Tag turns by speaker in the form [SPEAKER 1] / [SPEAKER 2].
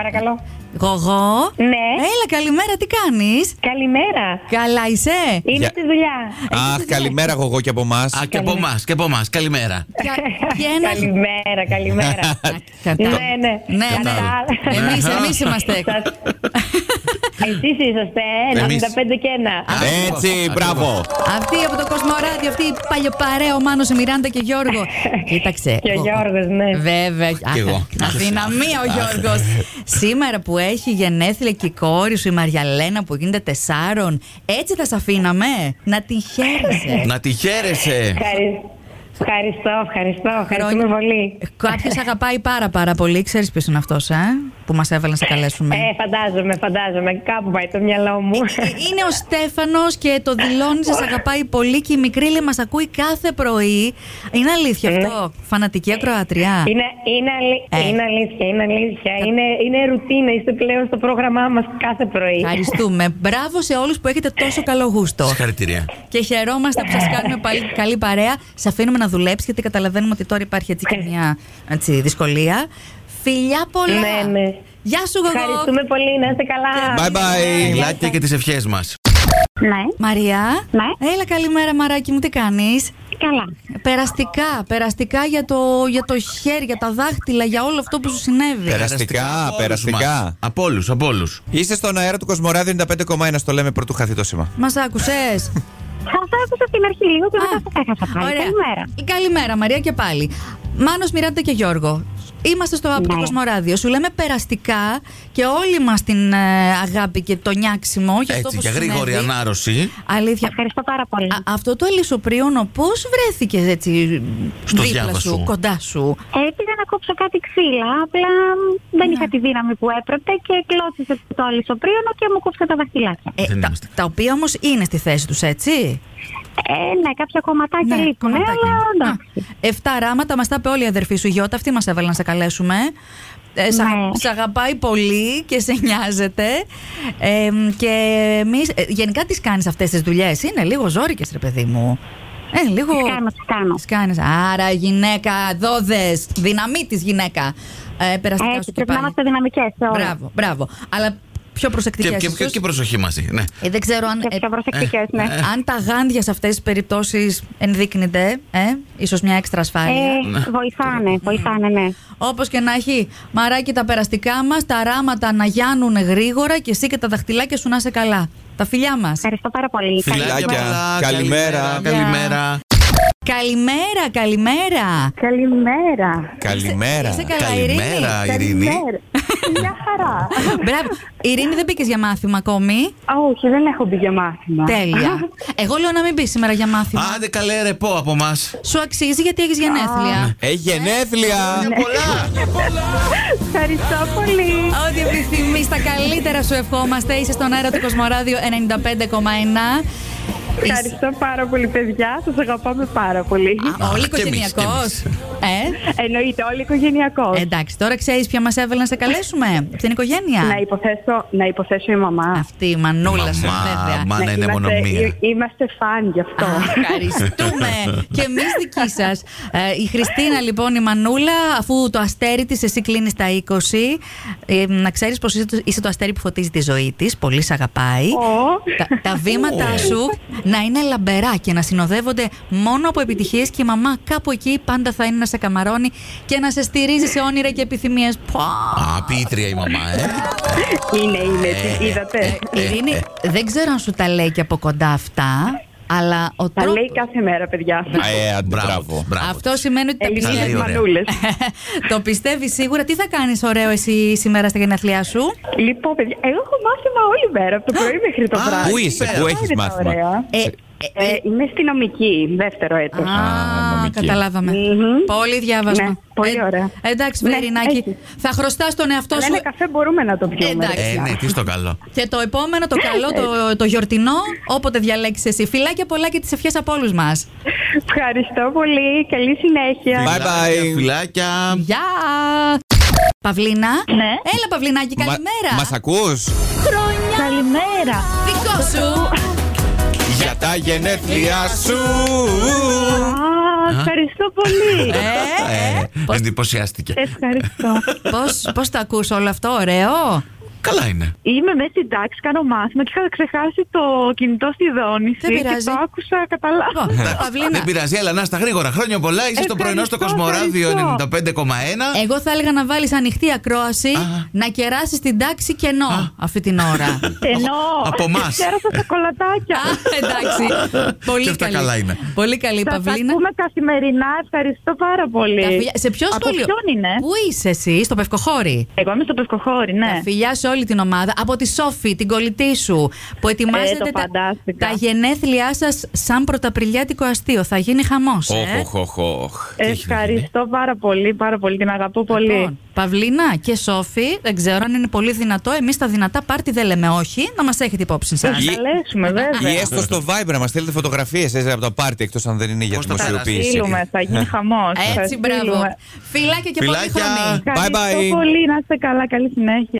[SPEAKER 1] Παρακαλώ.
[SPEAKER 2] Γογό.
[SPEAKER 1] Ναι.
[SPEAKER 2] Έλα, καλημέρα, τι κάνεις.
[SPEAKER 1] Καλημέρα.
[SPEAKER 2] Καλά είσαι.
[SPEAKER 1] Είμαι
[SPEAKER 3] Για-
[SPEAKER 1] στη δουλειά.
[SPEAKER 3] Αχ, καλημέρα εγώ και από εμάς.
[SPEAKER 4] Α, και από εμάς, και από εμάς. Καλημέρα.
[SPEAKER 2] Κα- Και ένα.
[SPEAKER 1] Καλημέρα, καλημέρα.
[SPEAKER 2] Κατά-
[SPEAKER 1] ναι, ναι.
[SPEAKER 2] Ναι, ναι.
[SPEAKER 1] Κατά-
[SPEAKER 2] Εμείς, εμείς είμαστε.
[SPEAKER 1] Σας- Εσείς είσαστε, ε,
[SPEAKER 4] Εμείς.
[SPEAKER 1] 95 και ένα.
[SPEAKER 3] Έτσι, μπράβο.
[SPEAKER 2] Αυτή από το Κοσμοράδιο, αυτή η παλιοπαρέα, ο Μάνος, η Μιράντα και Γιώργος. Κοίταξε.
[SPEAKER 1] Και ο Γιώργος, ναι.
[SPEAKER 2] Βέβαια. Αχ,
[SPEAKER 4] εγώ.
[SPEAKER 2] Αδυναμία ο Γιώργος. Σήμερα που έχει γενέθλια και η κόρη σου, η Μαριαλένα που γίνεται τεσσάρων, έτσι θα σε αφήναμε να την χαίρεσαι.
[SPEAKER 4] Να τη χαίρεσαι.
[SPEAKER 5] Ε.
[SPEAKER 1] Ευχαρι- Ευχαριστώ, ευχαριστώ. Ευχαριστούμε
[SPEAKER 2] Χρόνια.
[SPEAKER 1] πολύ.
[SPEAKER 2] Κάποιος αγαπάει πάρα πάρα πολύ. Ξέρεις ποιος είναι αυτός, ε? Που μας έβαλε να σε καλέσουμε. Ε,
[SPEAKER 1] Ε, φαντάζομαι, φαντάζομαι. Κάπου πάει το μυαλό μου.
[SPEAKER 2] Είναι ο Στέφανος και το δηλώνει, σας αγαπάει πολύ και η μικρή λέει μας ακούει κάθε πρωί. Είναι αλήθεια αυτό. Φανατική ακροατριά.
[SPEAKER 1] Ναι. Είναι, είναι, αλη-
[SPEAKER 2] Ε.
[SPEAKER 1] είναι αλήθεια, είναι αλήθεια. Είναι, είναι ρουτίνα, είστε πλέον στο πρόγραμμά μας κάθε πρωί.
[SPEAKER 2] Ευχαριστούμε. Μπράβο σε όλους που έχετε τόσο καλό γούστο.
[SPEAKER 4] Συγχαρητήρια.
[SPEAKER 2] Και χαιρόμαστε που σας κάνουμε πάλι καλή παρέα. Σας αφήνουμε να δουλέψει γιατί καταλαβαίνουμε ότι τώρα υπάρχει έτσι και μια έτσι, δυσκολία. Φιλιά πολλά.
[SPEAKER 1] Ναι, ναι.
[SPEAKER 2] Γεια σου, Γογό.
[SPEAKER 1] Ευχαριστούμε πολύ, να είστε καλά.
[SPEAKER 3] Bye bye.
[SPEAKER 4] Φιλάκια και τις ευχές μας.
[SPEAKER 6] Ναι,
[SPEAKER 2] Μαρία.
[SPEAKER 6] Ναι.
[SPEAKER 2] Έλα, καλημέρα, μαράκι μου, τι κάνεις.
[SPEAKER 6] καλά.
[SPEAKER 2] Περαστικά, περαστικά για το, για το χέρι, για τα δάχτυλα, για όλο αυτό που σου συνέβη.
[SPEAKER 3] Περαστικά, περαστικά.
[SPEAKER 4] Από όλους, από όλους.
[SPEAKER 3] Είστε στον αέρα του Κοσμοράδιο 95,1. Στο λέμε πρώτου χαθεί το σήμα.
[SPEAKER 2] Μας Μα άκουσε.
[SPEAKER 6] Σα άκουσα από την αρχή λίγο και μετά σας έχασα πάλι. Καλημέρα.
[SPEAKER 2] Ε, Καλημέρα, Μαρία, και πάλι. Μάνος Μιράντα και Γιώργο. Είμαστε στο από το
[SPEAKER 6] Ναι.
[SPEAKER 2] Κοσμοράδιο. Σου λέμε περαστικά και όλοι μας την ε, αγάπη και το νιάξιμο. Για αυτό
[SPEAKER 4] Έτσι,
[SPEAKER 2] που
[SPEAKER 4] για
[SPEAKER 2] σου
[SPEAKER 4] γρήγορη
[SPEAKER 2] συνέβη.
[SPEAKER 4] ανάρρωση.
[SPEAKER 2] Αλήθεια.
[SPEAKER 6] Ευχαριστώ πάρα πολύ.
[SPEAKER 2] Α, αυτό το ελισσοπρίωνο πώς βρέθηκες έτσι
[SPEAKER 4] Στο
[SPEAKER 2] δίπλα
[SPEAKER 4] διάβα
[SPEAKER 2] σου,
[SPEAKER 4] σου.
[SPEAKER 2] κοντά σου.
[SPEAKER 6] Ε, πήγα να κόψω κάτι ξύλα, απλά μ, δεν
[SPEAKER 2] Ναι.
[SPEAKER 6] είχα τη δύναμη που έπρεπε και κλώτσισε το αλυσοπρίωνο και μου κόψε τα δαχτυλάκια.
[SPEAKER 2] Ε,
[SPEAKER 4] Δεν
[SPEAKER 2] τα,
[SPEAKER 4] είμαστε.
[SPEAKER 2] τα οποία όμως είναι στη θέση τους, έτσι.
[SPEAKER 6] Ε, ναι, κάποια κομματάκια λείπουν, ναι,
[SPEAKER 2] κομματάκια.
[SPEAKER 6] αλλά
[SPEAKER 2] Α,
[SPEAKER 6] εντάξει.
[SPEAKER 2] Εφτά ράματα μας τα είπε όλη η αδερφή σου, η Γιώτα. Αυτή μας έβαλε να σε καλέσουμε. Ε, σ' αγα-
[SPEAKER 6] Ναι.
[SPEAKER 2] σ' αγαπάει πολύ και σε νοιάζεται. Ε, μ, και εμείς, ε, γενικά τις κάνεις αυτές τις δουλειές. Είναι λίγο ζώρικες, ρε παιδί μου. Ε, λίγο.
[SPEAKER 6] Τις κάνω, τις κάνω.
[SPEAKER 2] Τις κάνεις. Άρα, γυναίκα, δόδε. Δυναμή της γυναίκα. Ε, περαστικά
[SPEAKER 6] Έτσι,
[SPEAKER 2] σου και
[SPEAKER 6] πρέπει να
[SPEAKER 2] πάλι.
[SPEAKER 6] είμαστε δυναμικές σε όλα.
[SPEAKER 2] Μπράβο, μπράβο. Αλλά πιο
[SPEAKER 4] Και,
[SPEAKER 2] προσεκτικές.
[SPEAKER 4] και, και, και προσοχή μαζί. Ναι.
[SPEAKER 2] ε, δεν ξέρω αν.
[SPEAKER 6] Και
[SPEAKER 2] ε,
[SPEAKER 6] πιο προσεκτικέ, ναι.
[SPEAKER 2] αν τα γάντια σε αυτές τις περιπτώσεις ενδείκνυνται, ε, ίσως μια έξτρα ασφάλεια.
[SPEAKER 6] Ε, βοηθάνε, βοηθάνε, ναι.
[SPEAKER 2] Όπως και να έχει, μαράκι τα περαστικά μας, τα ράματα να γιάνουν γρήγορα και εσύ και τα δαχτυλάκια σου να είσαι καλά. Τα φιλιά μας.
[SPEAKER 6] Ευχαριστώ πάρα πολύ. Καλή
[SPEAKER 3] Φιλάκια.
[SPEAKER 6] εβδομάδα.
[SPEAKER 4] πολλά,
[SPEAKER 3] Καλημέρα.
[SPEAKER 4] Καλημέρα.
[SPEAKER 2] Καλημέρα, καλημέρα.
[SPEAKER 5] Καλημέρα.
[SPEAKER 3] Καλημέρα.
[SPEAKER 2] Είσαι καλά, Ειρήνη.
[SPEAKER 4] Καλημέρα, Ειρήνη.
[SPEAKER 5] Καλημέρα. Μια χαρά.
[SPEAKER 2] Μπράβο. Ειρήνη, δεν μπήκε για μάθημα ακόμη.
[SPEAKER 5] Α, Όχι, δεν έχω μπει για
[SPEAKER 6] Ναι.
[SPEAKER 5] μάθημα.
[SPEAKER 2] Τέλεια. Εγώ λέω να μην μπεις σήμερα για μάθημα.
[SPEAKER 4] Άντε καλέ ρε πω από εμάς.
[SPEAKER 2] Σου αξίζει γιατί έχεις γενέθλια.
[SPEAKER 3] Έχει Ε, γενέθλια. Ναι.
[SPEAKER 4] Πολλά.
[SPEAKER 5] Ευχαριστώ πολύ.
[SPEAKER 2] Ό,τι επιθυμείς, τα καλύτερα σου ευχόμαστε. Είσαι στον αέρα του Κοσμοράδιο 95,1. Είσαι-
[SPEAKER 5] Ευχαριστώ πάρα πολύ, παιδιά. Σας αγαπάμε πάρα πολύ.
[SPEAKER 2] Α, Όλοι
[SPEAKER 4] και εμείς,
[SPEAKER 2] οικογενειακό.
[SPEAKER 4] και
[SPEAKER 2] Ε,
[SPEAKER 5] Εννοείται, όλοι οικογενειακός.
[SPEAKER 2] εντάξει, τώρα ξέρεις ποια μας έβαλε να σε καλέσουμε. Από την οικογένεια.
[SPEAKER 5] Να υποθέσω, να υποθέσω η μαμά.
[SPEAKER 2] Αυτή η μανούλα σου, βέβαια.
[SPEAKER 4] Μαμά, μάνα είναι μόνο μία.
[SPEAKER 5] εί- είμαστε φαν γι' αυτό.
[SPEAKER 2] Α, Ευχαριστούμε και εμείς δική σας. Ε, η Χριστίνα, λοιπόν, η Μανούλα, αφού το αστέρι της, εσύ κλείνεις τα 20, ε, να ξέρεις πως είσαι, το- είσαι το αστέρι που φωτίζει τη ζωή της. Πολύ σε αγαπάει.
[SPEAKER 5] Ω.
[SPEAKER 2] Τα, τα βήματά σου να είναι λαμπερά και να συνοδεύονται μόνο από επιτυχίες και η μαμά κάπου εκεί πάντα θα είναι να σε καμαρώνει και να σε στηρίζει σε όνειρα και επιθυμίες. Πω.
[SPEAKER 4] Α, πίτρια η μαμά, ε.
[SPEAKER 5] είναι, είναι, τι είδατε.
[SPEAKER 2] Ε, Ειρήνη,
[SPEAKER 5] ε.
[SPEAKER 2] δεν ξέρω αν σου τα λέει και από κοντά αυτά, αλλά ο
[SPEAKER 5] Τα
[SPEAKER 2] τρόπος-
[SPEAKER 5] λέει κάθε μέρα, παιδιά.
[SPEAKER 3] Α, Ε, άντε, μπράβο.
[SPEAKER 4] μπράβο.
[SPEAKER 2] Αυτό σημαίνει ότι το
[SPEAKER 4] Τα λέει
[SPEAKER 5] Ελληνικέ
[SPEAKER 2] πιστεύει.
[SPEAKER 4] ωραία.
[SPEAKER 5] μανούλε.
[SPEAKER 2] το πιστεύεις σίγουρα. Τι θα κάνεις ωραίο εσύ σήμερα στα γενέθλιά σου.
[SPEAKER 5] λοιπόν, παιδιά, εγώ έχω μάθημα όλη μέρα, από το πρωί μέχρι το
[SPEAKER 4] Α,
[SPEAKER 5] βράδυ.
[SPEAKER 3] Πού είσαι, πού
[SPEAKER 5] Πάρα
[SPEAKER 3] έχει
[SPEAKER 5] τα
[SPEAKER 3] μάθημα.
[SPEAKER 5] ωραία.
[SPEAKER 2] Ε, ε,
[SPEAKER 5] Ε, είμαι στη νομική, δεύτερο έτος.
[SPEAKER 2] Α,
[SPEAKER 3] νομική.
[SPEAKER 2] καταλάβαμε.
[SPEAKER 5] Μμμ.
[SPEAKER 2] Πολύ διάβασμα.
[SPEAKER 5] Ναι, πολύ ωραία.
[SPEAKER 2] Ε, εντάξει,
[SPEAKER 5] Ναι,
[SPEAKER 2] Βερινάκη,
[SPEAKER 5] έτσι.
[SPEAKER 2] θα χρωστά τον εαυτό
[SPEAKER 5] Αλλά
[SPEAKER 2] σου.
[SPEAKER 5] ένα καφέ μπορούμε να το πιούμε.
[SPEAKER 2] Εντάξει.
[SPEAKER 4] Ε, ναι, τι στο καλό.
[SPEAKER 2] Και το επόμενο, το καλό, το, το γιορτινό, όποτε διαλέξεις εσύ. Φιλάκια πολλά και τις ευχές από όλους μας.
[SPEAKER 5] Ευχαριστώ πολύ. Καλή συνέχεια.
[SPEAKER 3] Bye bye.
[SPEAKER 4] Φιλάκια.
[SPEAKER 2] Γεια! Παυλίνα.
[SPEAKER 6] Ναι.
[SPEAKER 2] Έλα, Παυλινάκη, καλημέρα.
[SPEAKER 3] Μας ακούς
[SPEAKER 6] Καλημέρα.
[SPEAKER 2] Δικό σου.
[SPEAKER 3] Για τα γενέθλια σου.
[SPEAKER 5] Α, ευχαριστώ πολύ.
[SPEAKER 2] Ε, ε,
[SPEAKER 4] Ε,
[SPEAKER 2] πώς-
[SPEAKER 4] Εντυπωσιάστηκε.
[SPEAKER 5] Ευχαριστώ.
[SPEAKER 2] Πώς, πώς το ακούς όλο αυτό, ωραίο.
[SPEAKER 4] Καλά είναι.
[SPEAKER 5] Είμαι μέσα στην τάξη, κάνω μάθημα και είχα ξεχάσει το κινητό στη δόνηση.
[SPEAKER 2] Δεν πειράζει.
[SPEAKER 5] Ε, Και το άκουσα, καταλάβα.
[SPEAKER 2] Λοιπόν,
[SPEAKER 4] Εντάξει,
[SPEAKER 2] Παυλίνα,
[SPEAKER 4] Δεν πειράζει, αλλά να στα γρήγορα. Χρόνια πολλά. Είσαι στο πρωινό στο
[SPEAKER 5] Ευχαριστώ,
[SPEAKER 4] Κοσμοράδιο
[SPEAKER 5] ευχαριστώ.
[SPEAKER 4] 95,1.
[SPEAKER 2] εγώ θα έλεγα να βάλεις ανοιχτή ακρόαση,
[SPEAKER 4] Α.
[SPEAKER 2] να κεράσεις την τάξη κενό αυτή την ώρα.
[SPEAKER 5] Ενώ
[SPEAKER 4] από εμάς.
[SPEAKER 5] Ξέρασα τα κολατάκια.
[SPEAKER 2] Α, εντάξει. Πολύ
[SPEAKER 4] Και αυτά
[SPEAKER 2] καλή.
[SPEAKER 4] καλά είναι.
[SPEAKER 2] Πολύ καλή,
[SPEAKER 5] Τα
[SPEAKER 2] Παυλίνα.
[SPEAKER 5] ακούμε καθημερινά, ευχαριστώ πάρα πολύ.
[SPEAKER 2] Τα φιλιά- Σε ποιο
[SPEAKER 5] Από
[SPEAKER 2] σχολείο.
[SPEAKER 5] ποιον είναι?
[SPEAKER 2] Πού είσαι εσύ, στο Πευκοχώρι.
[SPEAKER 5] Εγώ είμαι στο Πευκοχώρι, ναι.
[SPEAKER 2] Τα φιλιά σε όλη την ομάδα. Από τη Σόφη, την κολλητή σου, που ετοιμάζεται
[SPEAKER 5] Ε, το
[SPEAKER 2] τα,
[SPEAKER 5] φαντάστηκα.
[SPEAKER 2] τα γενέθλιά σας σαν πρωταπριλιάτικο αστείο. Θα γίνει χαμός. ε.
[SPEAKER 4] Οχ, οχ, οχ. Τι έχει να γίνει.
[SPEAKER 5] Ε, Ευχαριστώ πάρα πολύ, πάρα πολύ. Την αγαπώ πολύ.
[SPEAKER 2] Λοιπόν, Παυλίνα και Σόφη, δεν ξέρω αν είναι πολύ δυνατό. Εμείς τα δυνατά πάρτι δεν λέμε όχι, να μας έχετε υπόψη σας.
[SPEAKER 3] Ή-
[SPEAKER 5] Θα καλέσουμε, βέβαια.
[SPEAKER 3] Ή έστω στο Viber να μα στείλετε φωτογραφίε από το πάρτι, εκτό αν δεν είναι για
[SPEAKER 4] Πώς το
[SPEAKER 3] δημοσιοποίηση.
[SPEAKER 5] Στείλουμε, θα γίνει χαμός. Θα
[SPEAKER 2] Έτσι, μπράβο.
[SPEAKER 5] στείλουμε.
[SPEAKER 2] Φιλάκια και πολύ
[SPEAKER 4] Φιλάκια.
[SPEAKER 2] χρονή.
[SPEAKER 3] Bye-bye.
[SPEAKER 5] Ευχαριστώ πολύ, να είστε καλά, καλή συνέχεια.